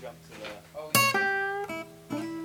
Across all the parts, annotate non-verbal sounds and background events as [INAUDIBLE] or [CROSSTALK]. jump to that. Oh, yeah.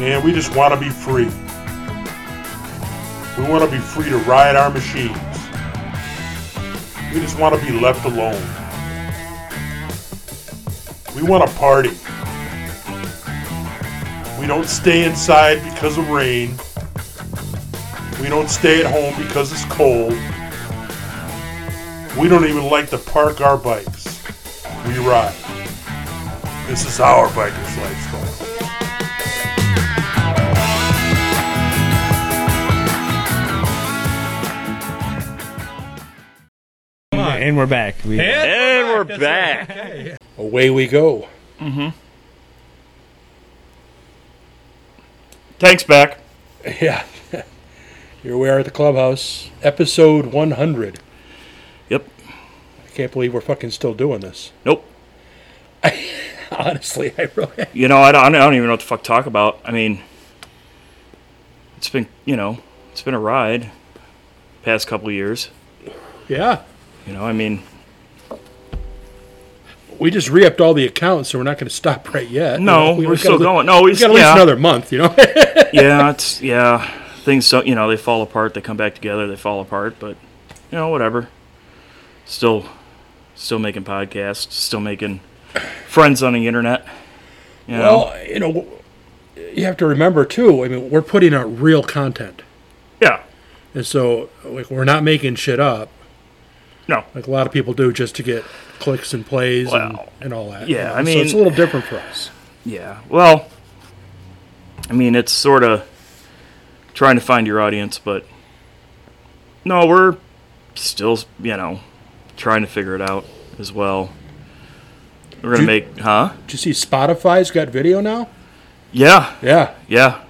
Man, we just want to be free. We want to be free to ride our machines. We just want to be left alone. We want to party. We don't stay inside because of rain. We don't stay at home because it's cold. We don't even like to park our bikes. We ride. This is our biker's lifestyle. And we're back. We, And we're back. Away we go. Mm-hmm. Thanks, back. [LAUGHS] Yeah. Here we are at the clubhouse, episode 100. Yep. I can't believe we're fucking still doing this. [LAUGHS] Nope. Honestly, I really. You know, I don't, I don't even know what the fuck to talk about. I mean, it's been, you know, it's been a ride past couple years. [LAUGHS] Yeah. You know, I mean, We just re upped all the accounts, so we're not going to stop right yet. No, Uh, we- we we're gotta still li- going. No, we we got at yeah. least another month, you [LAUGHS] know? yeah, it's yeah. Things so you know they fall apart, they come back together, they fall apart, but you know whatever. Still, still making podcasts, still making friends on the internet. You know? Well, you know, you have to remember, too, I mean, we're putting out real content. yeah, And so, like, we're not making shit up. no, Like a lot of people do just to get clicks and plays Well, and, and all that. yeah, I so it's a mean- little different for us. yeah. Well, I mean it's sort of trying to find your audience, but no, we're still you know trying to figure it out as well. We're gonna Do- make, huh? Did you see Spotify's got video now? Yeah, Yeah. yeah.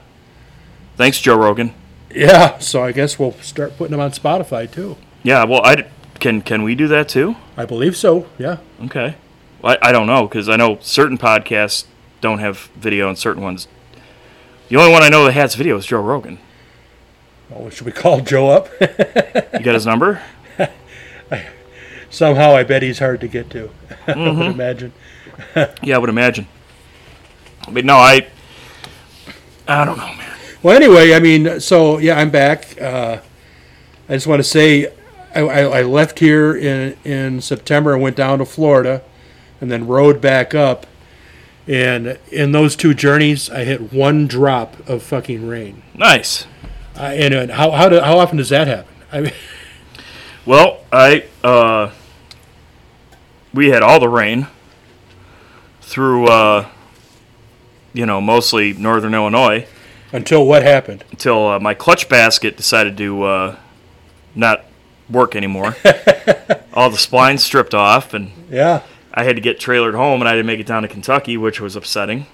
Thanks, Joe Rogan. Yeah, so I guess we'll start putting them on Spotify too. Yeah, well, I d- can can we do that too? I believe so. Yeah. Okay. Well, I, I don't know because I know certain podcasts don't have video and certain ones. The only one I know that has video is Joe Rogan. Oh, should we call Joe up? [LAUGHS] You got his number? Somehow, I bet he's hard to get to. [LAUGHS] I would Mm-hmm. imagine. Yeah, I would imagine. But no, I I don't know, man. Well, anyway, I mean, so yeah, I'm back. Uh, I just want to say, I, I, I left here in in September and went down to Florida, and then rode back up. And in those two journeys, I hit one drop of fucking rain. Nice. Uh, and uh, how how, do, how often does that happen? I mean, [LAUGHS] Well, I uh, we had all the rain through uh, you know mostly northern Illinois. until what happened? until uh, my clutch basket decided to uh, not work anymore. All the splines stripped off, and Yeah. I had to get trailered home, and I didn't make it down to Kentucky, which was upsetting.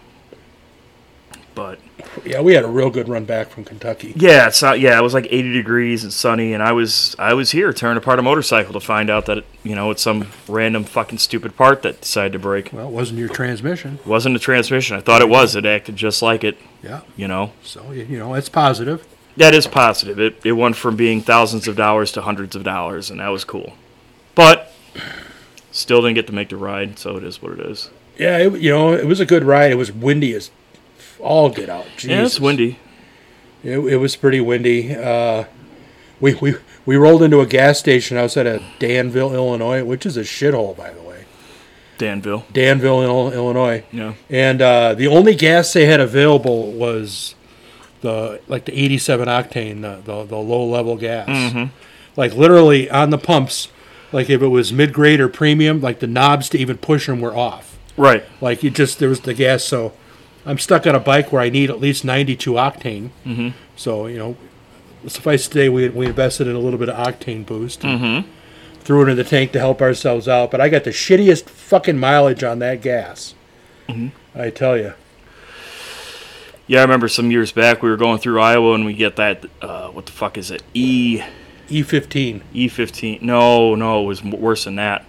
But Yeah, we had a real good run back from Kentucky. yeah, it's not, yeah, it was like 80 degrees and sunny, and I was I was here tearing apart a motorcycle to find out that it, you know it's some random fucking stupid part that decided to break. Well, it wasn't your transmission. It wasn't a transmission. I thought it was. It acted just like it. Yeah. You know, So, y- you know, it's positive. That is positive. It, it went from being thousands of dollars to hundreds of dollars, and that was cool. But still didn't get to make the ride, so it is what it is. Yeah, it, you know, it was a good ride. It was windy as all get out. Jesus. Yeah, it's windy. It, it was pretty windy. Uh, we, we, we rolled into a gas station outside of Danville, Illinois, which is a shithole, by the way. Danville. Danville, Ill- Illinois. Yeah. And uh, the only gas they had available Mm-hmm. was the like the 87 octane, the, the, the low level gas. like literally on the pumps, like if it was mid grade or premium, like the knobs to even push them were off. Right. Like you just there was the gas. So I'm stuck on a bike where I need at least 92 octane. Mm-hmm. So you know, suffice to say, we we invested in a little bit of octane boost. Mm-hmm. Threw it in the tank to help ourselves out, but I got the shittiest fucking mileage on that gas. Mm-hmm. I tell you. Yeah, I remember some years back we were going through Iowa and we get that uh, what the fuck is it? E E15. E fifteen? No, no, it was m- worse than that.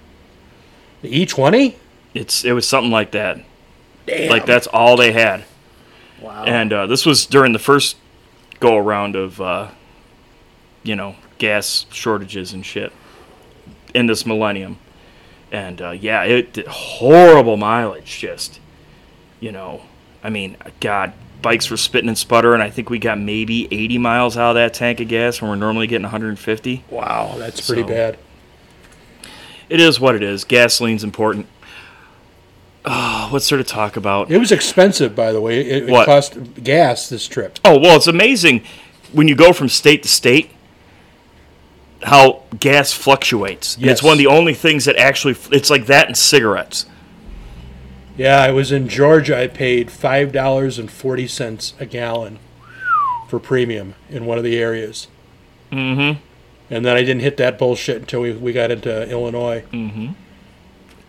The E E20? It's it was something like that. Damn. Like that's all they had. Wow. And uh, this was during the first go around of, uh, you know, gas shortages and shit in this millennium. And uh, yeah, it did horrible mileage. Just, you know, I mean, God, bikes were spitting and sputtering. I think we got maybe 80 miles out of that tank of gas when we're normally getting 150. wow, that's pretty So- bad. It is what it is. Gasoline's important. Uh, what sort of talk about? It was expensive, by the way. It, it What? cost gas this trip. Oh well, it's amazing when you go from state to state how gas fluctuates. And Yes. It's one of the only things that actually it's like that in cigarettes. Yeah, I was in Georgia. I paid five dollars and forty cents a gallon for premium in one of the areas. Mm-hmm. And then I didn't hit that bullshit until we, we got into Illinois. Mm-hmm.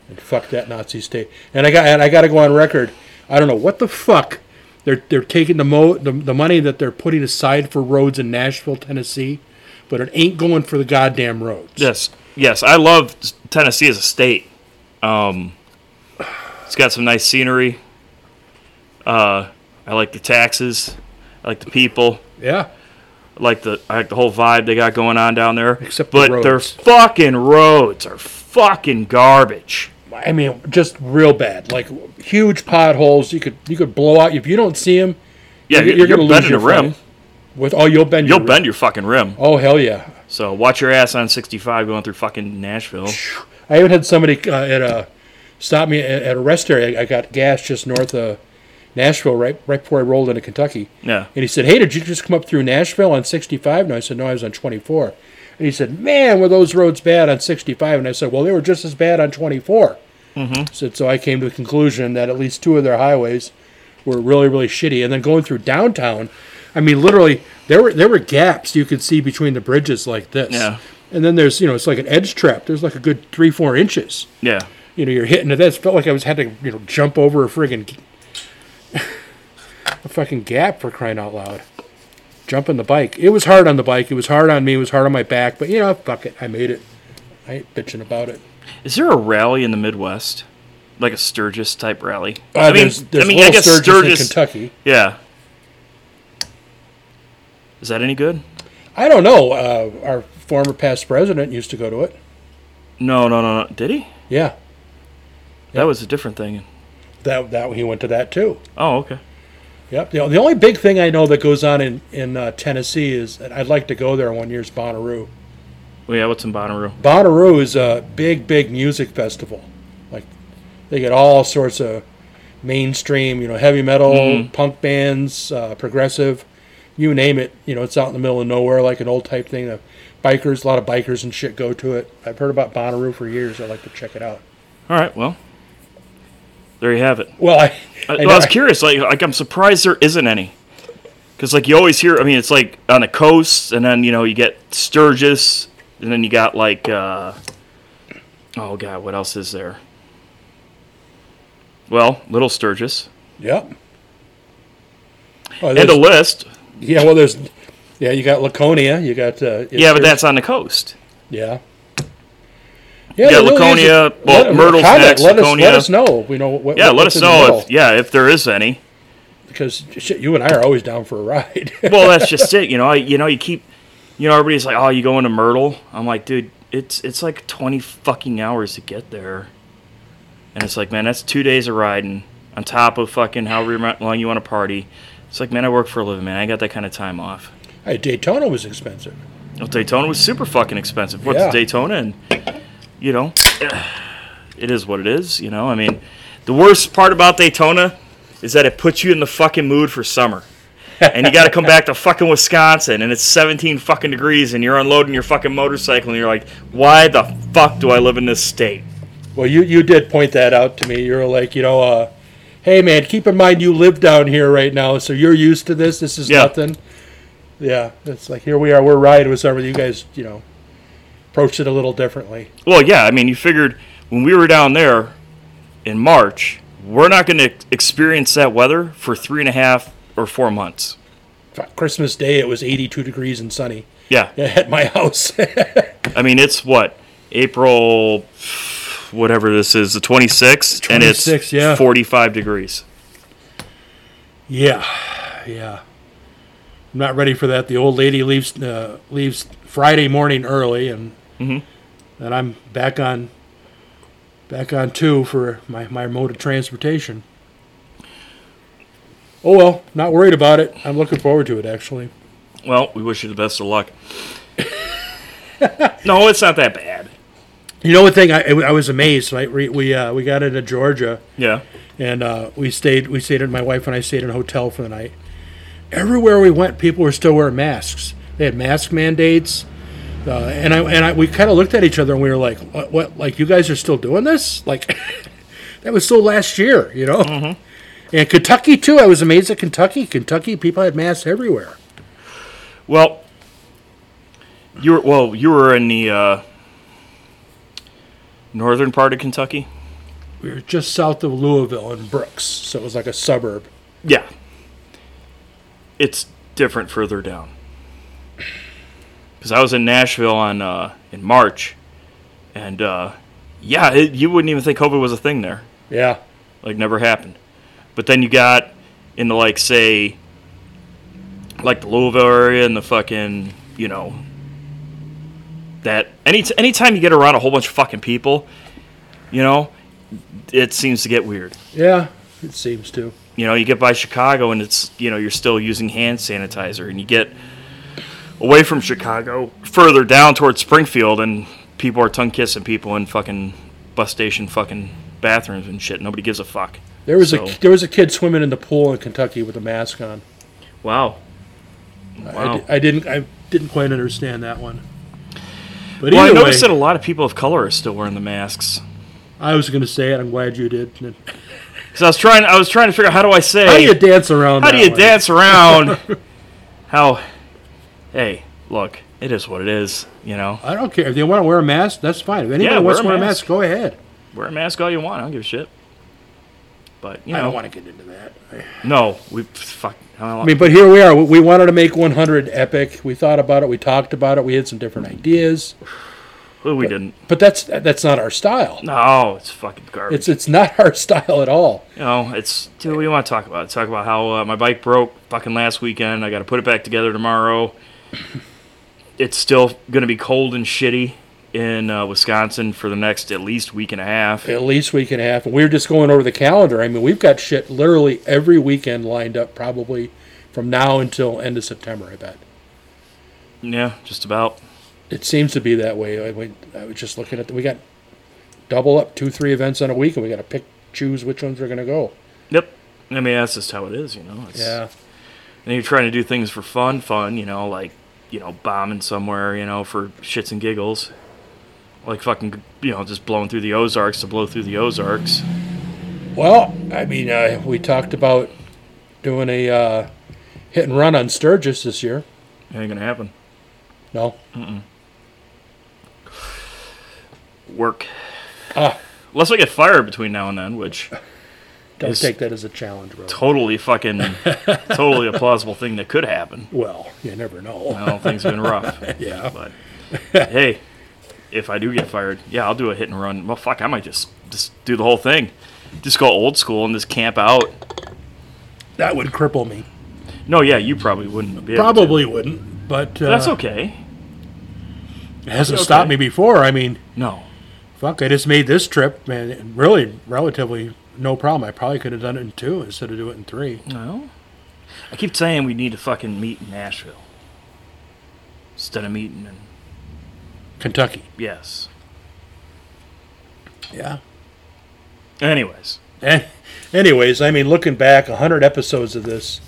And fuck that Nazi state. And I got and I got to go on record. I don't know what the fuck they're they're taking the mo the, the money that they're putting aside for roads in Nashville, Tennessee, but it ain't going for the goddamn roads. Yes, yes, I love Tennessee as a state. Um, it's got some nice scenery. Uh, I like the taxes. I like the people. Yeah. I like the I like the whole vibe they got going on down there. Except the but their roads. fucking roads are fucking garbage. I mean, just real bad. Like huge potholes. You could you could blow out if you don't see them. Yeah, you're, you're, you're gonna lose bending your the rim. friend. With oh, you'll bend. You'll your, bend your fucking rim. Oh hell yeah! So watch your ass on 65 going through fucking Nashville. I even had somebody uh, at a stop me at, at a rest area. I, I got gas just north of Nashville, right right before I rolled into Kentucky. Yeah. And he said, "Hey, did you just come up through Nashville on 65?" And I said, "No, I was on 24." And he said, "Man, were those roads bad on 65?" And I said, "Well, they were just as bad on 24." Mm-hmm. Said so. I came to the conclusion that at least two of their highways were really really shitty. And then going through downtown, I mean, literally there were there were gaps you could see between the bridges like this. Yeah. And then there's you know it's like an edge trap. There's like a good three four inches. Yeah. You know you're hitting it. That felt like I was had to you know jump over a friggin' [LAUGHS] a fucking gap for crying out loud. Jumping the bike. It was hard on the bike. It was hard on me. It was hard on my back. But you know, fuck it. I made it. I ain't bitching about it. Is there a rally in the Midwest? Like a Sturgis type rally? Uh, there's, there's Little Sturgis, in Kentucky. yeah. Is that any good? I don't know. Uh, our former past president used to go to it. No, no, no, no. Did he? Yeah, That was a different thing. that that he went to that too. Oh, okay. Yep. The, the only big thing I know that goes on in in uh, Tennessee is and I'd like to go there one year is Bonnaroo. Well, yeah, what's in Bonnaroo? Bonnaroo is a big, big music festival. Like they get all sorts of mainstream, you know, heavy metal, punk bands, uh, progressive, you name it. You know, it's out in the middle of nowhere, like an old type thing. The bikers, a lot of bikers and shit go to it. I've heard about Bonnaroo for years. I'd like to check it out. All right, well, there you have it. Well, I, I, I well, know- I was curious. Like, like I'm surprised there isn't any, because like you always hear. I mean, it's like on the coast, and then you know you get Sturgis, and then you got like, uh, oh god, what else is there? Well, Little Sturgis. Yep. Oh, And a there's- list. yeah, well, there's, yeah, you got Laconia, you got, uh, Yeah, but that's on the coast. Yeah. Yeah, Yeah, there really Laconia, is a- well, let- Myrtle's comment, next, Let us, Laconia. let us know. We know what, Yeah, what- let what's us in the know middle, if yeah if there is any. because shit, you and I are always down for a ride. Well, that's just it. You know, I, you know, you keep, you know, everybody's like, oh, you going to Myrtle? I'm like, dude, it's it's like 20 fucking hours to get there, and it's like, man, that's two days of riding on top of fucking however mu- long you want to party. It's like, man, I work for a living, man. I ain't got that kind of time off. [LAUGHS] Hey, Daytona was expensive. Well, Daytona was super fucking expensive. What's Yeah. Daytona? And you know, [SIGHS] it is what it is. You know, I mean, the worst part about Daytona is that it puts you in the fucking mood for summer. and you got to come back to fucking Wisconsin, and it's 17 fucking degrees, and you're unloading your fucking motorcycle, and you're like, why the fuck do I live in this state? Well, you you did point that out to me. You're like, you know, uh, hey man, keep in mind you live down here right now, so you're used to this. This is Yeah. nothing. Yeah, it's like here we are. We're right. It was over. You guys, you know, approached it a little differently. Well, yeah, I mean, you figured when we were down there in March, we're not going to experience that weather for three and a half or four months. Fuck, Christmas Day, it was 82 degrees and sunny [LAUGHS] Yeah. at my house. [LAUGHS] I mean, it's what? April, whatever this is, the 26th, and it's 26th, yeah. 45 degrees. yeah, yeah. I'm not ready for that. The old lady leaves uh, leaves Friday morning early, and and I'm back on back on two for my my mode of transportation. Oh well, not worried about it. I'm looking forward to it actually. Well, we wish you the best of luck. [LAUGHS] no, it's not that bad. You know, one thing I, I was amazed. Right, we we, uh, we got into Georgia. Yeah. and uh, we stayed. We stayed. My wife and I stayed in a hotel for the night. Everywhere we went, people were still wearing masks. They had mask mandates, uh, and I and I, we kind of looked at each other and we were like, "What? what like you guys are still doing this? Like [LAUGHS] that was still last year, you know?" And Kentucky too. I was amazed at Kentucky. Kentucky people had masks everywhere. Well, you were well. You were in the uh, northern part of Kentucky. We were just south of Louisville in Brooks, so it was like a suburb. Yeah, it's different further down. Because I was in Nashville on uh, in March, and uh, yeah, it, you wouldn't even think COVID was a thing there. Yeah, like never happened. But then you got into like say like the Louisville area and the fucking you know that any anytime you get around a whole bunch of fucking people, you know, it seems to get weird. yeah, it seems to. You know, you get by Chicago and it's you know you're still using hand sanitizer, and you get away from Chicago further down towards Springfield and people are tongue kissing people in fucking bus station fucking bathrooms and shit. Nobody gives a fuck. There was So- a there was a kid swimming in the pool in Kentucky with a mask on. Wow. I, Wow. di- I didn't I didn't quite understand that one. But well, I either noticed way, that a lot of people of color are still wearing the masks. I was going to say it. I'm glad you did. Because I was trying, I was trying to figure out how do I say, How do you dance around? how that do you one? dance [LAUGHS] around? how? Hey, look, it is what it is. You know, I don't care if they want to wear a mask. That's fine. If anybody Yeah, wants to wear wear a a mask, mask. go ahead. wear a mask all you want. I don't give a shit. But you I know, don't want to get into that. I no, we fuck. I don't mean, but here we are. We wanted to make 100 epic. We thought about it. We talked about it. We had some different ideas. well, we didn't. But that's that's not our style. No, it's fucking garbage. It's it's not [LAUGHS] our style at all. you know, it's dude. What do you want to talk about? Talk about how uh, my bike broke fucking last weekend. I got to put it back together [LAUGHS] tomorrow. It's still gonna be cold and shitty in uh, Wisconsin for the next at least week and a half. At least week and a half. And we we're just going over the calendar. I mean, we've got shit literally every weekend lined up, probably from now until end of September. I bet. Yeah, just about. it seems to be that way. I, we, I was just looking at the, we got double up two three events in a week, and we got to pick choose which ones are going to go. Yep. I mean, that's just how it is, you know. It's, And you're trying to do things for fun, fun, you know, like you know, bombing somewhere, you know, for shits and giggles, like fucking, you know, just blowing through the Ozarks to blow through the Ozarks. Well, I mean, uh, we talked about doing a uh, hit and run on Sturgis this year. Ain't gonna happen. No, Work. Ah. Unless I get fired between now and then, which don't It's- take that as a challenge, bro. totally fucking, [LAUGHS] totally a plausible thing that could happen. Well, you never know. I don't think's been rough. Yeah, But hey, if I do get fired, yeah, I'll do a hit and run. Well, fuck, I might just just do the whole thing, just go old school and just camp out. that would cripple me. No, yeah, you probably wouldn't be. able to. Probably wouldn't, but uh, That's okay. It hasn't okay. stopped me before. I mean, No. fuck, I just made this trip, man. Really, relatively no problem. I probably could have done it in two instead of do it in three. No. I keep saying we need to fucking meet in Nashville instead of meeting in Kentucky. yes. Yeah. Anyways, Eh, Anyways, I mean, looking back, 100 episodes of this,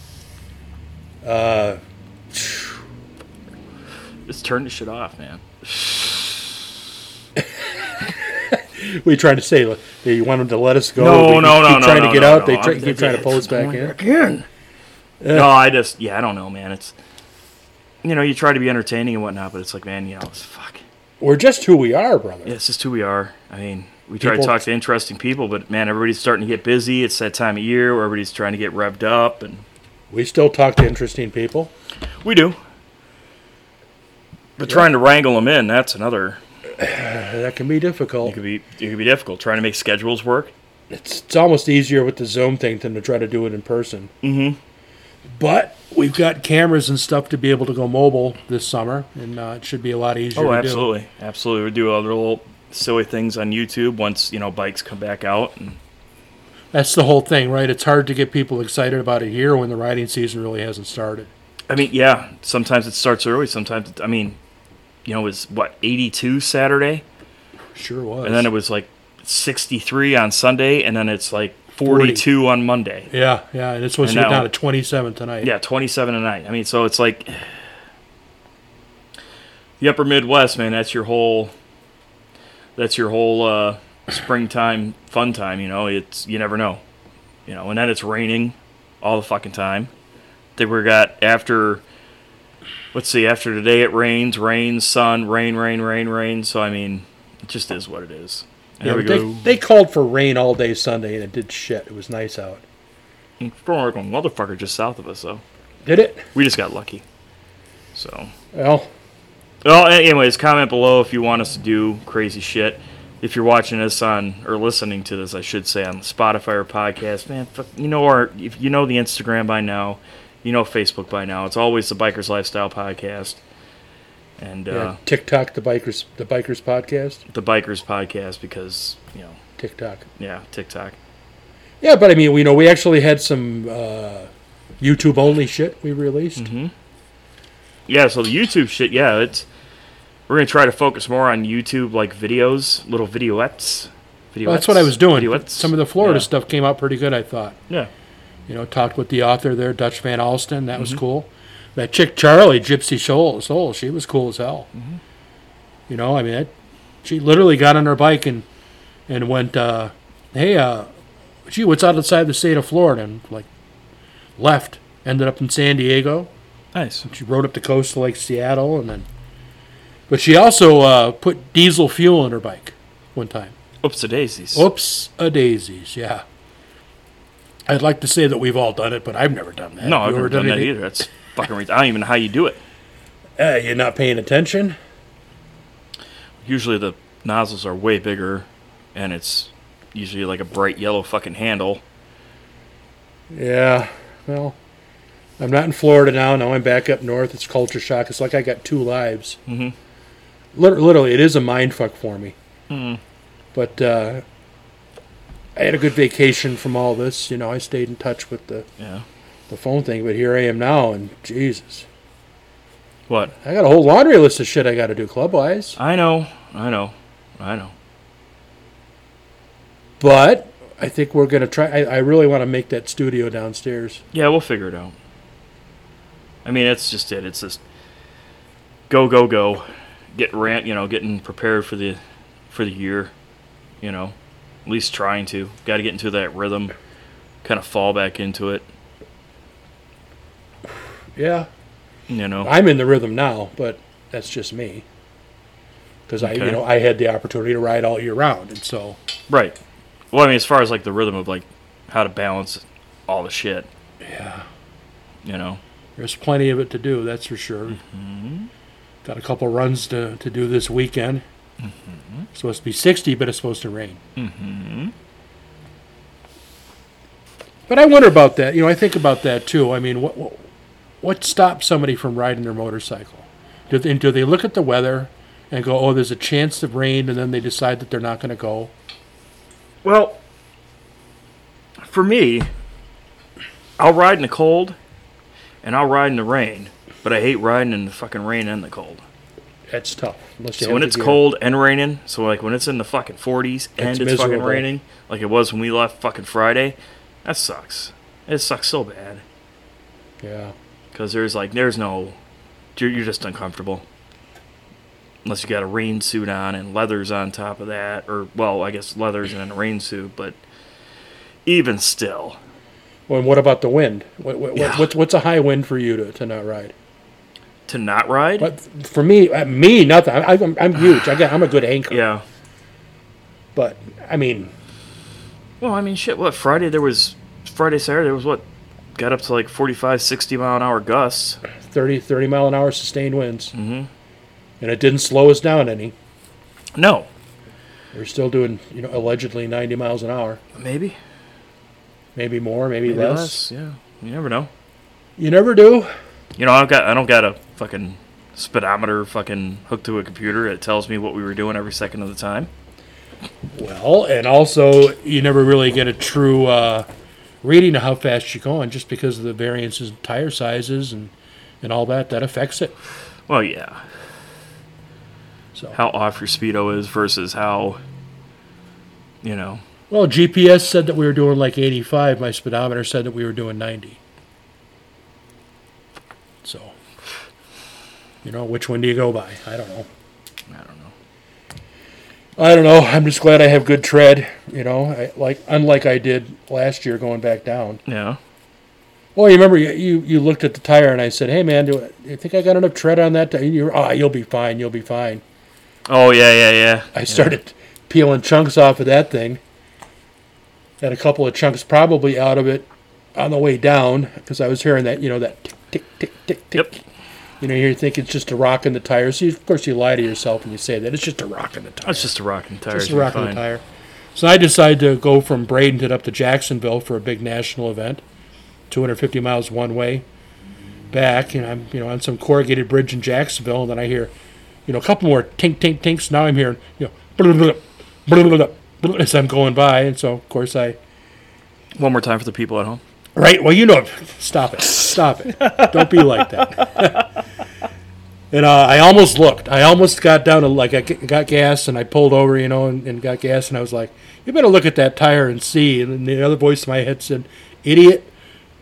Just turn the shit off, man. We trying to say like, they want them to let us go. No, we no, Oh, keep no, no, Trying no, to get no, out. no. they try, I'm- keep trying to pull us back in. Again. No, I just yeah, I don't know, man. It's you know, you try to be entertaining and whatnot, but it's like, man, you know, it's fuck. We're just who we are, brother. Yeah, it's just who we are. I mean, we try People- to talk to interesting people, but man, everybody's starting to get busy. It's that time of year where everybody's trying to get revved up, and We still talk to interesting people. we do. But trying to wrangle them in—that's another. Uh, That can be It difficult. could be it could be difficult trying to make schedules work. It's, it's almost easier with the Zoom thing than to try to do it in person. Mm-hmm. But we've got cameras and stuff to be able to go mobile this summer, and uh, it should be a lot easier. Oh, to absolutely, absolutely. We do other little silly things on YouTube once you know bikes come back out, and Do. That's the whole thing, right? It's hard to get people excited about it here when the riding season really hasn't started. I mean, yeah. Sometimes it starts early. Sometimes it, I mean, you know, it was what eighty-two Saturday, Sure was. and then it was like sixty-three on Sunday, and then it's like forty-two on Monday. yeah, yeah, and it's supposed And to get now- down to 27 tonight. Yeah, twenty-seven and nine. I mean, so it's like the Upper Midwest, man. That's your whole. That's your whole uh, springtime fun time. You know, it's you never know. You know, and then it's raining all the fucking time. They were got after. Let's see. After today, it rains, rains, sun, rain, rain, rain, rain. So I mean, it just is what it is. Yeah, There we but they, go. they called for rain all day Sunday, and it did shit. It was nice out. Former motherfucker just south of us, though. Did it? We just got lucky. So. Well, Well, a- anyways, comment below if you want us to do crazy shit. If you're watching this on or listening to this, I should say on Spotify or podcast, man, fuck, you know our if you know the Instagram by now, you know Facebook by now. It's always the Bikers Lifestyle Podcast and uh, yeah, TikTok, the bikers, the bikers podcast, the Bikers Podcast because you know TikTok. yeah TikTok. Yeah, but I mean, you know, we actually had some uh, YouTube only shit we Mm-hmm. released. Yeah, so the YouTube shit, yeah, it's we're gonna try to focus more on YouTube like videos, little videoettes. videoettes Well, that's what I was doing. videoettes. Some of the Florida Yeah, stuff came out pretty good, I thought. Yeah. You know, talked with the author there, Dutch Van Alston. That Mm-hmm. was cool. That chick Charlie, Gypsy Soul, Soul she was cool as hell. Mm-hmm. You know, I mean, it, she literally got on her bike and and went, uh, "Hey, uh, gee, what's outside the state of Florida?" And like, left, ended up in San Diego. Nice. She rode up the coast to like Seattle, and then, but she also uh, put diesel fuel in her bike one time. Oops a daisies. Oops, a daisies. Yeah. I'd like to say that we've all done it, but I've never done that. No, Have I've you never ever done that anything- either. That's fucking ridiculous. I don't even know how you do it. Uh, you're not paying attention. Usually the nozzles are way bigger, and it's usually like a bright yellow fucking handle. Yeah. Well, I'm not in Florida now. Now I'm back up north. It's culture shock. It's like I got two lives. Mm-hmm. Literally, it is a mind fuck for me. Mm-hmm. But uh, I had a good vacation from all this. You know, I stayed in touch with the, Yeah. the phone thing, but here I am now, and Jesus. What? I got a whole laundry list of shit I got to do club wise. I know. I know. I know. But I think we're going to try. I, I really want to make that studio downstairs. Yeah, we'll figure it out. I mean, that's just it. It's just go, go, go. Get rant. You know, getting prepared for the for the year. You know, at least trying to. Got to get into that rhythm. Kind of fall back into it. Yeah. You know. I'm in the rhythm now, but that's just me. Because I, Okay. you know, I had the opportunity to ride all year round, and so Right. Well, I mean, as far as like the rhythm of like how to balance all the shit, yeah, you know. there's plenty of it to do. That's for sure. Got a couple runs to, to do this weekend. It's supposed to be 60, but it's supposed to rain. But I wonder about that. You know, I think about that too. I mean, what what, what stops somebody from riding their motorcycle? Do they, do they look at the weather and go, "Oh, there's a chance of rain," and then they decide that they're not going to go? Well, for me, I'll ride in the cold, and I'll ride in the rain, but I hate riding in the fucking rain and the cold. That's tough. Unless you So have when the it's gear. cold and raining, so like when it's in the fucking 40s and It's it's fucking miserable. raining, like it was when we left fucking Friday, that sucks. It sucks so bad. yeah, because there's like there's no you're, you're just uncomfortable unless you got a rain suit on and leathers on top of that or well i guess leathers and then a rain suit but even still Well, and what about the wind? What, what, Yeah. what's what's a high wind for you to, to not ride? to not ride But for me, uh, me nothing. I, I'm, I'm huge. I got, I'm a good anchor. yeah But I mean, well i mean shit what friday there was friday saturday there was what got up to like 45 60 mile an hour gusts 30, 30 mile an hour sustained winds, mm-hmm. and it didn't slow us down any. no We're still doing you know allegedly ninety miles an hour, maybe maybe more, maybe, maybe less. less yeah you never know You never do. You know, I've got I don't got a fucking speedometer fucking hooked to a computer. It tells me what we were doing every second of the time. Well, and also you never really get a true uh, reading of how fast you're going, just because of the variances, in tire sizes, and and all that. That affects it. Well, yeah, So how off your speedo is versus how, you know, well, GPS said that we were doing like 85. My speedometer said that we were doing 90. So you know, which one do you go by? I don't know. I don't know. I don't know. I'm just glad I have good tread. You know, I, like unlike I did last year going back down. Yeah, Well, you remember you, you, you looked at the tire and I said, "Hey man, do you think I got enough tread on that?" Tire? You're, ah, you'll be fine. You'll be fine. oh yeah, yeah, yeah. I started peeling chunks off of that thing. Had a couple of chunks probably out of it on the way down because I was hearing that you know that tick tick tick tick tick. Yep. You know, you think it's just a rock in the tire. So you, of course you lie to yourself and you say that it's just a rock in the tire. That's just a rocking tire. Just a you're rock on the fine. tire. So I decided to go from Bradenton up to Jacksonville for a big national event, 250 miles one way, back, and I'm you know on some corrugated bridge in Jacksonville, and then I hear, you know, a couple more tink tink tinks. Now I'm hearing you know, blah, blah, blah, blah, blah, blah, [LAUGHS] as I'm going by, and so of course I One more time for the people at home. Right. Well, you know, stop it. Stop it. Don't be like that. [LAUGHS] and uh, I almost looked. I almost got down to like I g- got gas and I pulled over, you know, and, and got gas and I was like, "You better look at that tire and see." And then the other voice in my head said, "Idiot,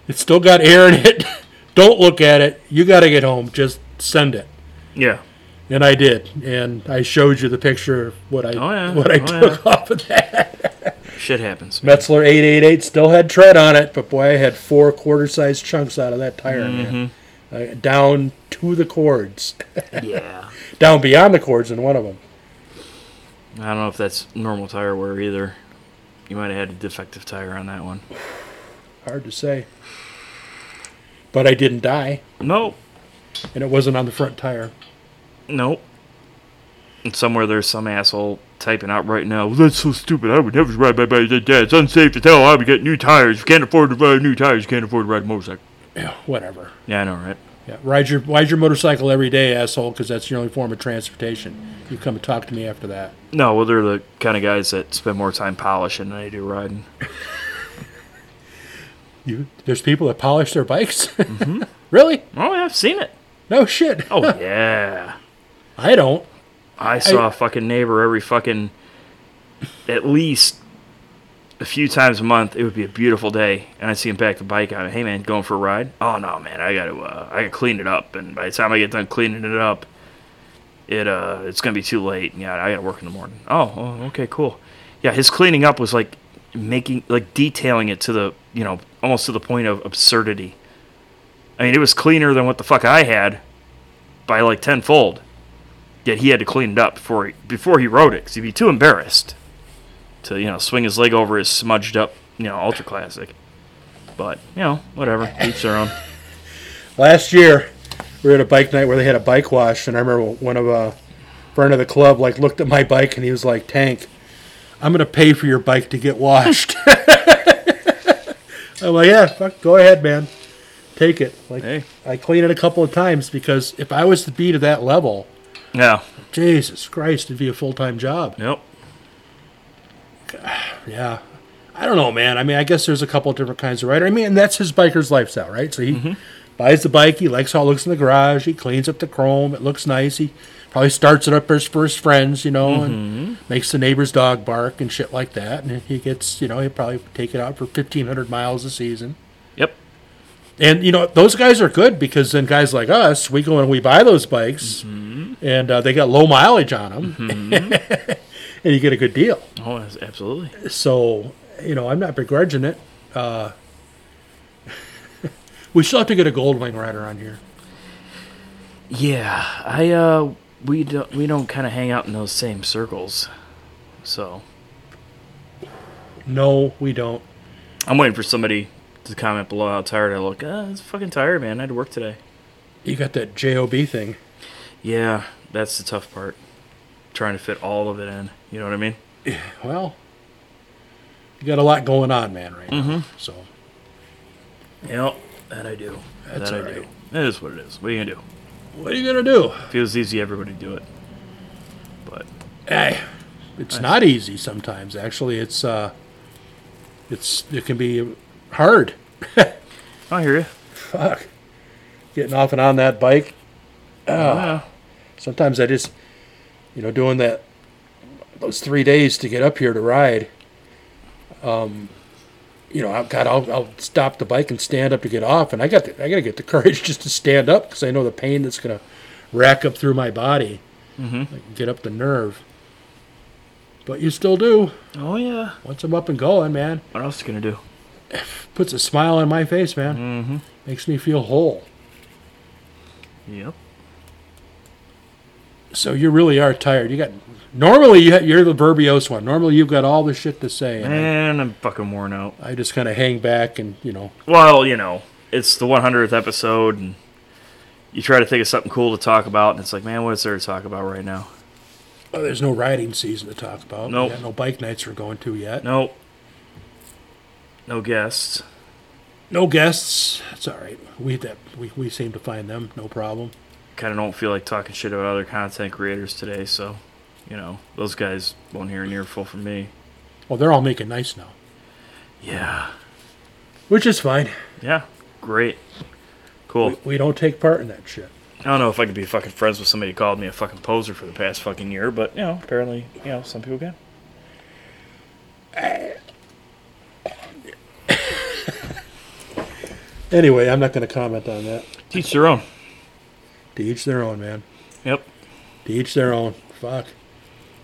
it's still got air in it. [LAUGHS] Don't look at it. You got to get home. Just send it." Yeah. And I did, and I showed you the picture of what I Oh, yeah. what I Oh, took [LAUGHS] off of that. Shit happens. Metzler 888 still had tread on it, but boy, I had four quarter size chunks out of that tire, man. Uh, down to the cords, Yeah. down beyond the cords in one of them. I don't know if that's normal tire wear either. You might have had a defective tire on that one. Hard to say. But I didn't die, Nope. and it wasn't on the front tire. Nope. And somewhere there's some asshole typing out right now, that's so stupid. I would never ride my bike like that. It's unsafe to tell. I would get new tires. You can't afford to ride new tires. You can't afford to ride a motorcycle. Yeah, whatever. Yeah, I know, right? Yeah, ride your ride your motorcycle every day, asshole, because that's your only form of transportation. You come and talk to me after that. No, well, they're the kind of guys that spend more time polishing than they do riding. You there's people that polish their bikes. [LAUGHS] really? Oh, yeah, I've seen it. No shit. [LAUGHS] Oh, yeah. I don't. I saw a fucking neighbor every fucking, at least a few times a month. It would be a beautiful day, and I'd see him back the bike out. Hey man, going for a ride? Oh no, man, I gotta, uh, I gotta clean it up, and by the time I get done cleaning it up, it uh, it's gonna be too late. Yeah, I gotta work in the morning. Oh, oh, okay, cool. Yeah, his cleaning up was like making, like detailing it to the, you know, almost to the point of absurdity. I mean, it was cleaner than what the fuck I had by like tenfold yet he had to clean it up before he, before he rode it because he'd be too embarrassed to you know swing his leg over his smudged up you know ultra classic. But you know whatever, each their own. last year we were at a bike night where they had a bike wash and i remember one of a friend of the club like looked at my bike and he was like tank i'm gonna pay for your bike to get washed [LAUGHS] i'm like yeah fuck, go ahead man take it like Hey. i cleaned it a couple of times because if i was to be to that level Yeah, jesus christ it'd be a full-time job nope. yeah i don't know man i mean i guess there's a couple of different kinds of rider i mean and that's his biker's lifestyle right so he buys the bike he likes how it looks in the garage he cleans up the chrome it looks nice he probably starts it up for his first friends you know and makes the neighbor's dog bark and shit like that and he gets you know he'll probably take it out for 1500 miles a season Yep. And you know those guys are good because then guys like us, we go and we buy those bikes, and uh, they got low mileage on them, [LAUGHS] and you get a good deal. Oh, that's- absolutely. So you know I'm not begrudging it. Uh, [LAUGHS] we still have to get a Goldwing rider on here. Yeah, I uh, we don't we don't kind of hang out in those same circles, so No, we don't. I'm waiting for somebody to comment below how tired I look. Uh, it's fucking tired, man. I had to work today. You got that job thing. Yeah, that's the tough part. Trying to fit all of it in. You know what I mean? Well, you got a lot going on, man, right now. So Yep, that I do. That's that I all do. That is what it is. What are you gonna do? what are you gonna do? If it was easy, everybody would do it. But Eh, it's not easy sometimes. Actually, it's uh, it's it can be hard. I hear you. Fuck, getting off and on that bike. Yeah. Sometimes I just, you know, doing that those three days to get up here to ride. Um, you know, I've got I'll, I'll stop the bike and stand up to get off, and I got the, I got to get the [LAUGHS] courage just to stand up because I know the pain that's gonna rack up through my body, mm-hmm. like, get up the nerve. But you still do. Oh yeah. Once I'm up and going, man, What else you gonna do? puts a smile on my face, man. Makes me feel whole. Yep. So you really are tired. You got normally you ha- you're the verbiose one. Normally you've got all the shit to say, and Man, I'm fucking worn out. I, I just kind of hang back and you know. Well, you know, it's the 100th episode, and you try to think of something cool to talk about, and it's like, man, what is there to talk about right now? Oh, there's no riding season to talk about. We Nope. got no bike nights we're going to yet. No. No guests. No guests. That's all right. We that we, we seem to find them no problem. Kind of don't feel like talking shit about other content creators today, so, you know, those guys won't hear an earful from me. Well, Oh, they're all making nice now, Yeah. which is fine. Yeah. Great. Cool. We don't take part in that shit. I don't know if I could be fucking friends with somebody who called me a fucking poser for the past fucking year, but, you know, apparently, you know, some people can. Anyway, I'm not going to comment on that. Teach their own. To each their own, man. Yep. To each their own. Fuck.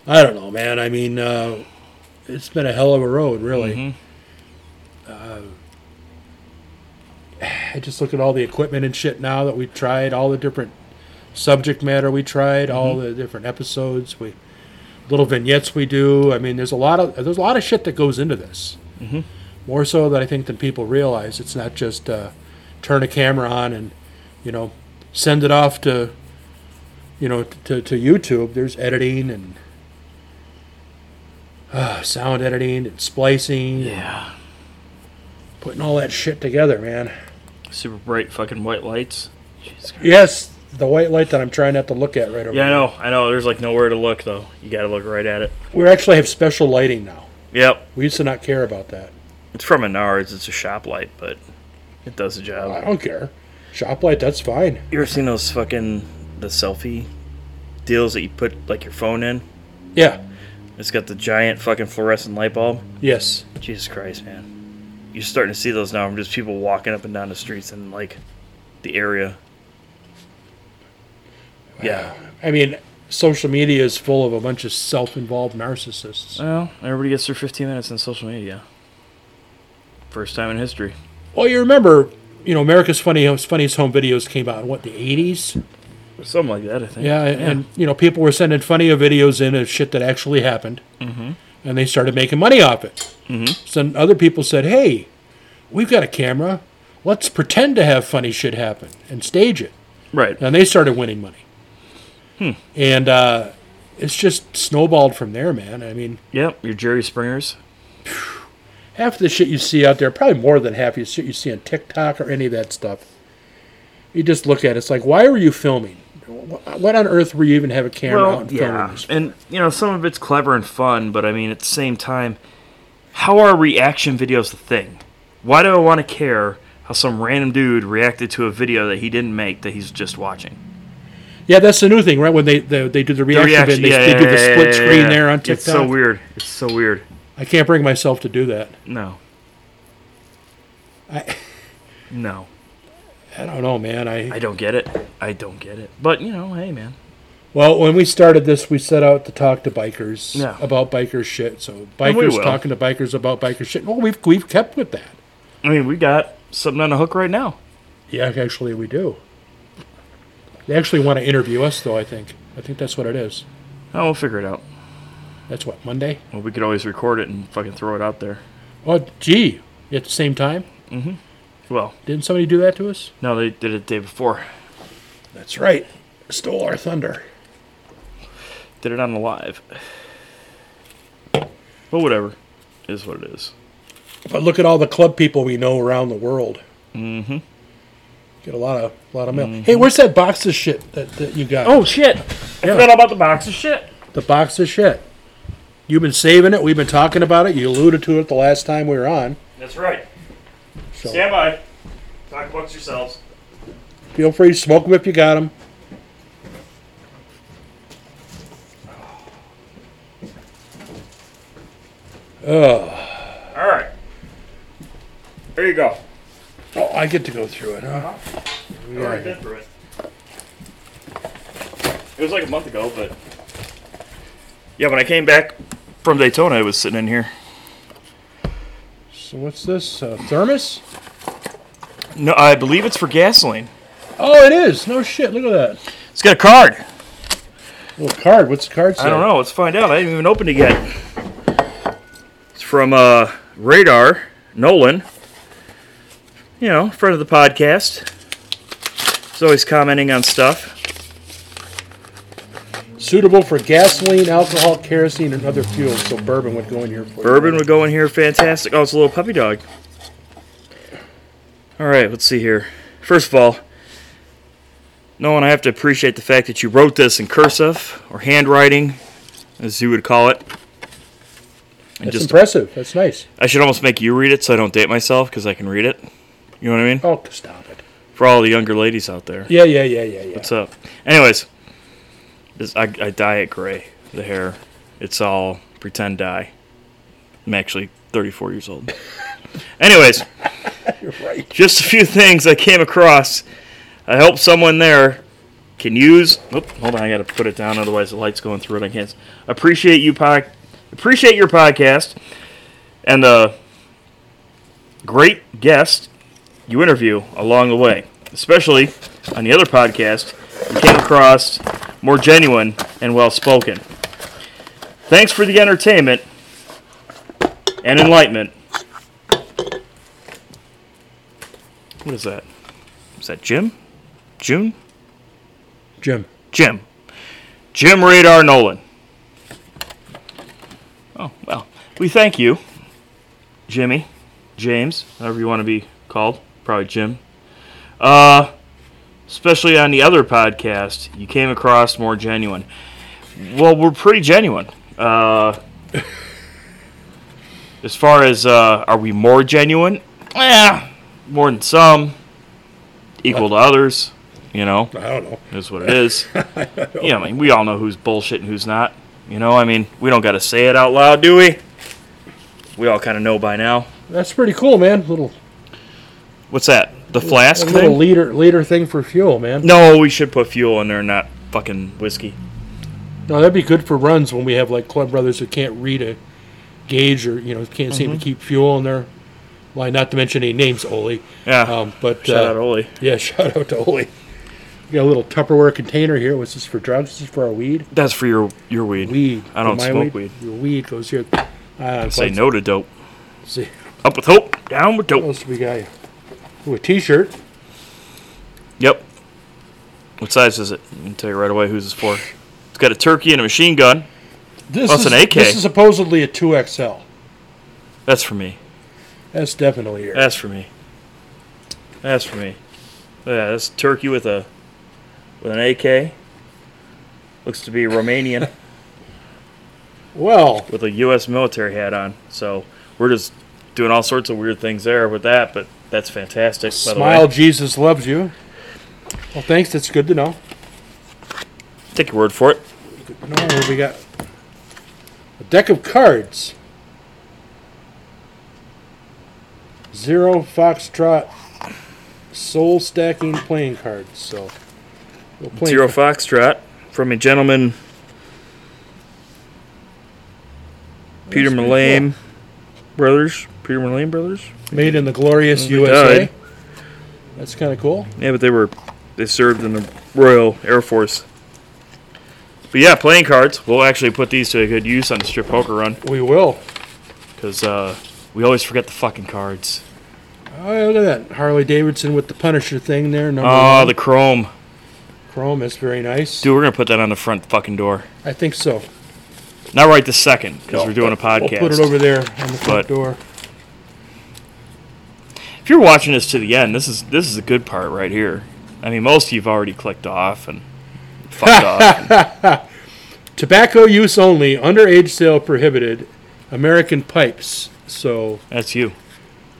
I don't know, man. I mean, uh, it's been a hell of a road, really. Mm-hmm. Uh, I just look at all the equipment and shit now that we tried, all the different subject matter we tried, all the different episodes, we little vignettes we do. I mean, there's a lot of there's a lot of shit that goes into this. More so that I think than people realize. It's not just uh, turn a camera on and you know send it off to you know, to, to YouTube, there's editing and uh, sound editing and splicing, and Yeah. putting all that shit together, man. Super bright fucking white lights. Jesus Christ. Yes, the white light that I'm trying not to look at right over Yeah, I know. I know. There's like nowhere to look though. You got to look right at it. there. We actually have special lighting now. Yep. We used to not care about that. It's from Menards. It's a shop light, but it does the I job. don't care. Shop light, that's fine. You ever seen those fucking the selfie deals that you put like your phone in? Yeah. It's got the giant fucking fluorescent light bulb. Yes. Jesus Christ, man. You're starting to see those now from just people walking up and down the streets and like the area. Yeah. I mean, social media is full of a bunch of self-involved narcissists. Well, everybody gets their 15 minutes on social media. First time in history. Well, you remember, you know, America's Funniest, Funniest Home Videos came out in what the 80s. Something like that, I think. Yeah, and, and you know, people were sending funny videos in of shit that actually happened, and they started making money off it. Mm-hmm. So other people said, "Hey, we've got a camera. Let's pretend to have funny shit happen and stage it." Right. And they started winning money. And uh, it's just snowballed from there, man. I mean, Yep, your Jerry Springers. half the shit you see out there, probably more than half of the shit you see on TikTok or any of that stuff, you just look at it, it's like, why were you filming? Wh- What on earth were you even have a camera out Well, and filming yeah, this? and you know some of it's clever and fun, but I mean at the same time, how are reaction videos the thing? Why do I want to care how some random dude reacted to a video that he didn't make that he's just watching? Yeah, that's the new thing, right? When they they, they do The the reaction, vid, they, they do the split yeah, screen yeah. there on TikTok. It's so weird. It's so weird. I can't bring myself to do that. No, I, no. I don't know, man. I, I don't get it. I don't get it. But you know, hey man. well, when we started this, we set out to talk to bikers Yeah. about biker shit. So we bikers will. talking to bikers about biker shit. Well, we've we've kept with that. I mean, we got something on the hook right now. Yeah, actually, we do. They actually want to interview us, though. I think. I think that's what it is. Oh, we'll figure it out. That's what Monday. Well, we could always record it and fucking throw it out there. Oh, gee, at the same time, Well, didn't somebody do that to us? no, they did it the day before. That's right. Stole our thunder. Did it on the live. But whatever, is what it is. But look at all the club people we know around the world. Mm-hmm. Get a lot of a lot of mail. Mm-hmm. Hey, where's that box of shit that, that you got? Oh shit! I forgot all about the box of shit. the box of shit. You've been saving it. We've been talking about it. You alluded to it the last time we were on. That's right. So by. Talk amongst yourselves. feel free to smoke them if you got them. Oh, All right. There you go. Oh, I get to go through it, huh? Alright, good for it. It was like a month ago, but yeah, when I came back from Daytona, I was sitting in here. So what's this? Uh, thermos? No, I believe it's for gasoline. Oh, it is. No shit. Look at that It's got a card. little card. What's the card say? I don't know. Let's find out. I haven't even opened it yet. It's from uh, Radar Nolan. You know, friend of the podcast. He's always commenting on stuff. Suitable for gasoline, alcohol, kerosene, and other fuels. So bourbon would go in here. For Bourbon would go in here fantastic. Oh, it's a little puppy dog. All right, let's see here. First of all, Nolan, I have to appreciate the fact that you wrote this in cursive or handwriting, as you would call it. And That's just, impressive. That's nice. I should almost make you read it so I don't date myself because I can read it. You know what I mean? Oh, stop it. For all the younger ladies out there. Yeah, yeah, yeah, yeah, yeah. What's up? Anyways, this, I, I dye it gray, the hair. It's all pretend dye. I'm actually 34 years [LAUGHS] old. Anyways, You're right. just a few things I came across. I hope someone there can use. Oop, hold on, I gotta put it down, otherwise the light's going through it. I can't. Appreciate you pod, appreciate your podcast, and the great guest you interview along the way, especially on the other podcast. You came across more genuine and well spoken. Thanks for the entertainment and enlightenment. What is that? Is that Jim? June? Jim. Jim. Jim Radar Nolan. Oh, well. We thank you, Jimmy, James, however you want to be called. Probably Jim. Uh, especially on the other podcast, you came across more genuine. Well, we're pretty genuine. Uh, [LAUGHS] as far as uh, are we more genuine? Yeah, more than some, equal to others, you know I don't know. is what it is. yeah, I mean, we all know who's bullshit and who's not. You know, I mean, we don't got to say it out loud, do we? We all kind of know by now. That's pretty cool, man. Little What's that? The a flask little thing? leader leader thing for fuel, man. No, we should put fuel in there, not fucking whiskey. No, that'd be good for runs when we have like club brothers who can't read a gauge or you know can't seem to Mm-hmm. keep fuel in their line. Not to mention any names, Oli. Yeah. Um, but Ah, Shout uh, out, Oli. yeah, [LAUGHS] shout out to Oli. We got a little Tupperware container here. What's this for drugs? This is for our weed. That's for your your weed. Weed. I don't For my smoke weed. Your weed goes here. Uh, Say let's no to dope. See Up with hope, down with what dope. else we got? Here? Ooh, a T-shirt. Yep. What size is it? I can tell you right away whose it's for. It's got a turkey and a machine gun. This Oh, it's is an AK. This is supposedly a two XL. That's for me. That's definitely here. That's for me. That's for me. Yeah, that's turkey with a with an AK. Looks to be Romanian Well, with a U.S. military hat on. So we're just doing all sorts of weird things there with that. But that's fantastic. By the smile, way, Jesus loves you. Well, thanks. That's good to know. take your word for it. No, what have we got a deck of cards. Zero Foxtrot soul stacking playing cards. So we'll play- Zero Foxtrot from a gentleman, Peter pretty Mullane Brothers. Peter Mullane Brothers? made in the glorious They USA. died. That's kind of cool. Yeah, but they were, they served in the Royal Air Force. But yeah, playing cards. We'll actually put these to a good use on the strip poker run We will. because uh, we always forget the fucking cards. Oh, look at that Harley Davidson with the Punisher thing there. Number Oh, one. the chrome. chrome is very nice. Dude, we're going to put that on the front fucking door. I think so. Not right this second because we're doing a [LAUGHS] We'll podcast. put it over there on the front But- door. if you're watching this to the end, this is this is the good part right here. I mean, most of you've already clicked off and fucked [LAUGHS] off. Tobacco use only. Underage sale prohibited. American pipes. So That's you.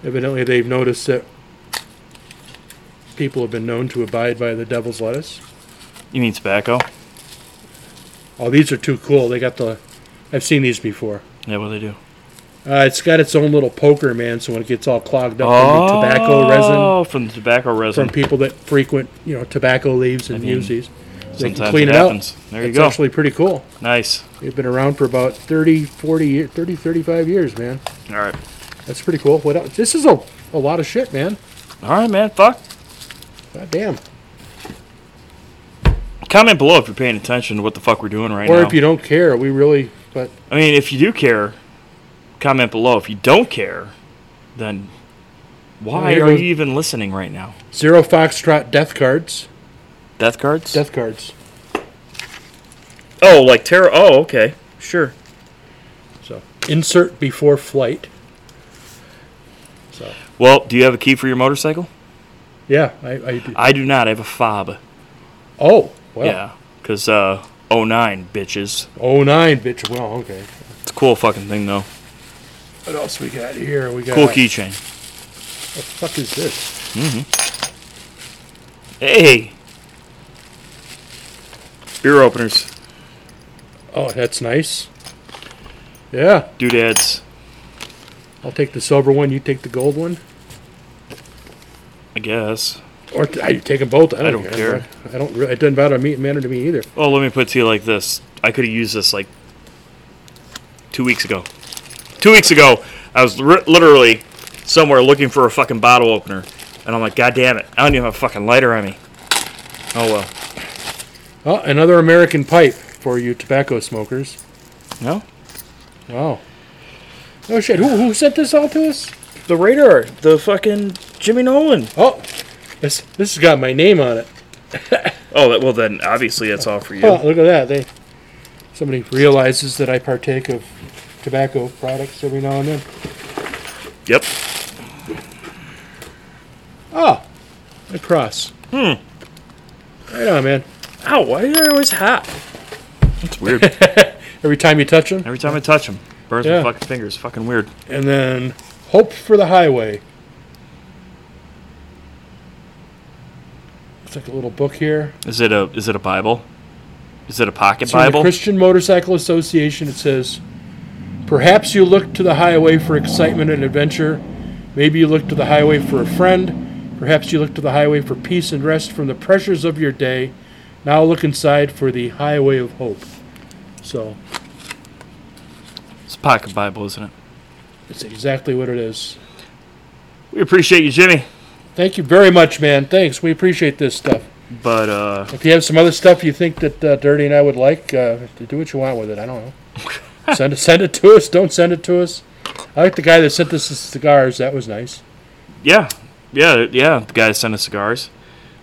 evidently they've noticed that people have been known to abide by the devil's lettuce. You mean tobacco? Oh, these are too cool. They got the. I've seen these before. Yeah, what they do. Uh, it's got its own little poker, man. So when it gets all clogged up from the tobacco resin Oh, from the tobacco resin. from people that frequent, you know, tobacco leaves and mean, use these, they Sometimes can clean it it, out. happens. There you It's go. actually pretty cool. nice. They've been around for about 30, 40, year- 30, 35 years, man. All right. That's pretty cool. What else? This is a, a lot of shit, man. All right, man. Fuck. God damn. Comment below if you're paying attention to what the fuck we're doing right Or now. if you don't care, we really. But I mean, if you do care, comment below. If you don't care, then Well, why here are goes- you even listening right now? zero foxtrot death cards. Death cards? Death cards. Oh, like terror. Oh, okay. Sure. So insert before flight. So Well, do you have a key for your motorcycle? yeah, I, I do. I do not. I have a fob. Oh well. Yeah. Because, uh, 09, bitches. Oh nine, bitch. Well, okay. It's a cool fucking thing, though. What else we got here? We got Cool keychain. What the fuck is this? Hey! Beer openers, Oh, that's nice. Yeah, doodads. I'll take the silver one. You take the gold one, I guess. or t- I take them both. I don't, I don't care. I don't. Re- it doesn't matter to me. Matter to me either. Oh, let me put it to you like this. I could have used this like two weeks ago. Two weeks ago, I was ri literally somewhere looking for a fucking bottle opener, and I'm like, God damn it! I don't even have a fucking lighter on me. Oh well. Oh, another American pipe for you tobacco smokers. No. Wow. Oh shit! Who who sent this all to us? The radar, the fucking Jimmy Nolan. Oh, this this has got my name on it. Oh, that, well then, obviously that's all for you. Oh, look at that! They somebody realizes that I partake of tobacco products every now and then. Yep. Oh, a cross. Hmm. Right on, man. Ow, why are they always hot? That's weird. Every time you touch them, Every time I touch them, burns Yeah. my fucking fingers. Fucking weird. and then hope for the highway. It's like a little book here. Is it a is it a Bible? Is it a pocket It's from the Bible? Christian Motorcycle Association. It says, "Perhaps you look to the highway for excitement and adventure. Maybe you look to the highway for a friend. Perhaps you look to the highway for peace and rest from the pressures of your day. Now look inside for the highway of hope." So it's a pocket Bible, isn't it? it's exactly what it is. We appreciate you, Jimmy. Thank you very much, man. Thanks. We appreciate this stuff. But uh If you have some other stuff you think that uh, Dirty and I would like, uh, to do what you want with it. I don't [LAUGHS] know. send it, send it to us. Don't send it to us. I like the guy that sent us the cigars. That was nice. yeah. Yeah, yeah. The guy that sent us cigars.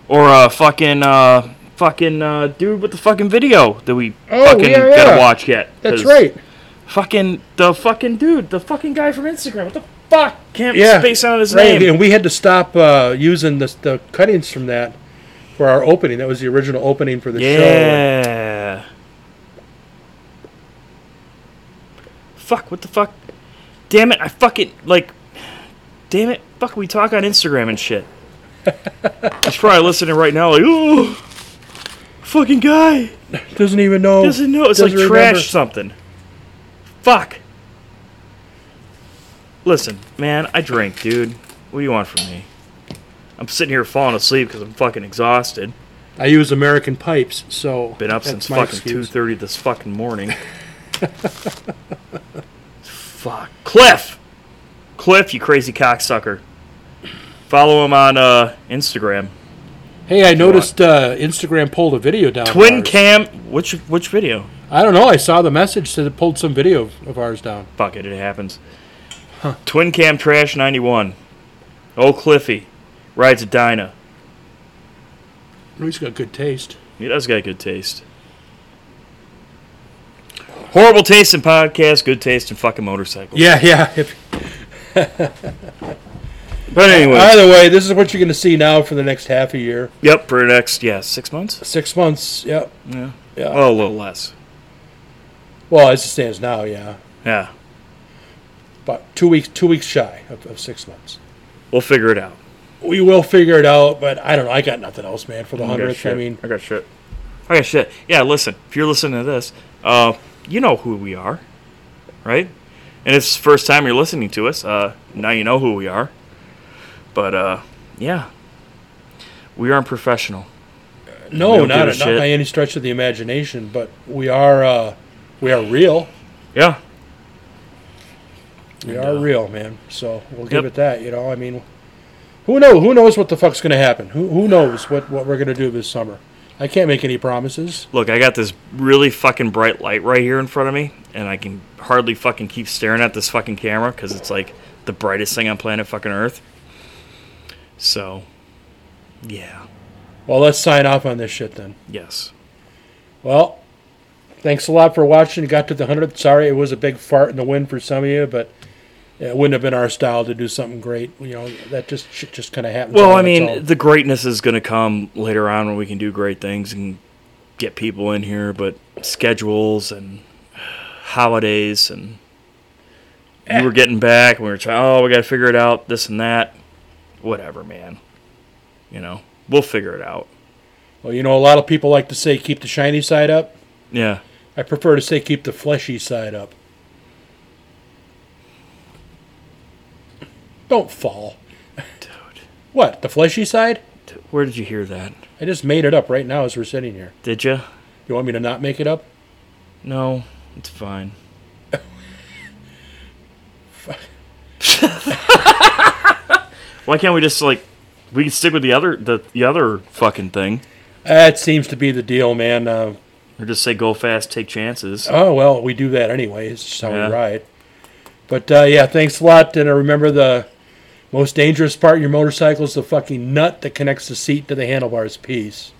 Or uh fucking uh fucking uh dude with the fucking video that we Oh, fucking yeah, yeah. gotta watch yet. That's 'cause right. Fucking the fucking dude, the fucking guy from Instagram. What the fuck? Can't Yeah, space out his Right. name. And we had to stop uh, using the, the cuttings from that for our opening. That was the original opening for the show. Yeah. Fuck, what the fuck? Damn it, I fucking, like, damn it, fuck, we talk on Instagram and [LAUGHS] shit. He's probably listening right now, like, ooh, fucking guy. Doesn't even know. Doesn't know, it's like doesn't trash remember. something. Fuck. Listen, man, I drink, dude. What do you want from me? I'm sitting here falling asleep because I'm fucking exhausted. I use American pipes, so Been up that's since my fucking two excuse. thirty this fucking morning. Fuck, Cliff, Cliff, you crazy cocksucker. Follow him on uh, Instagram. Hey, I noticed uh, Instagram pulled a video down. of Twin ours. cam. Which which video? I don't know. I saw the message said it pulled some video of- of ours down. Fuck it, it happens. Twin cam trash ninety one. Old Cliffy rides a Dyna. He's got good taste. He does got good taste. Horrible taste in podcasts, good taste in fucking motorcycles. Yeah, [LAUGHS] yeah. If- But anyway, Either way, this is what you're going to see now for the next half a year, yep, for the next yeah six months. six months. Yep. Yeah. Yeah. Well, a little less. Well, as it stands now, yeah, Yeah, about two weeks, two weeks shy of, of six months. we'll figure it out. We will figure it out, but I don't know. I got nothing else, man. For the I got hundredth, shit. I mean, I got shit. I got shit. Yeah, listen. If you're listening to this, uh, you know who we are, right? And if it's the first time you're listening to us, uh, now you know who we are. But uh, yeah, we aren't professional. no, don't not, give a not shit. by any stretch of the imagination. But we are, uh, we are real. Yeah, We are real, man. So we'll give Yep. it that. You know, I mean, who knows? Who knows what the fuck's going to happen? Who who knows what what we're going to do this summer? I can't make any promises. look, I got this really fucking bright light right here in front of me, and I can hardly fucking keep staring at this fucking camera because it's like the brightest thing on planet fucking Earth. So, yeah, Well, let's sign off on this shit then. yes. Well, thanks a lot for watching. Got to the 100th. Sorry it was a big fart in the wind for some of you, but it wouldn't have been our style to do something great. You know, that just shit just kind of happens. Well, on I its mean, own. the greatness is going to come later on when we can do great things and get people in here, but schedules and holidays and you were getting back and we were trying, oh, we got to figure it out, this and that. Whatever, man. You know, we'll figure it out. well, you know, a lot of people like to say keep the shiny side up. Yeah. I prefer to say keep the fleshy side up. Don't fall. Dude, What? The fleshy side? d- where did you hear that? I just made it up right now as we're sitting here. Did you? You want me to not make it up? No, it's fine. [LAUGHS] Why can't we just like we can stick with the other the, the other fucking thing That seems to be the deal, man. Uh, or just say go fast, take chances. Oh well, we do that anyway. It's just how Yeah. we ride. But uh, yeah, thanks a lot. And uh, remember the most dangerous part of your motorcycle is the fucking nut that connects the seat to the handlebars. Peace.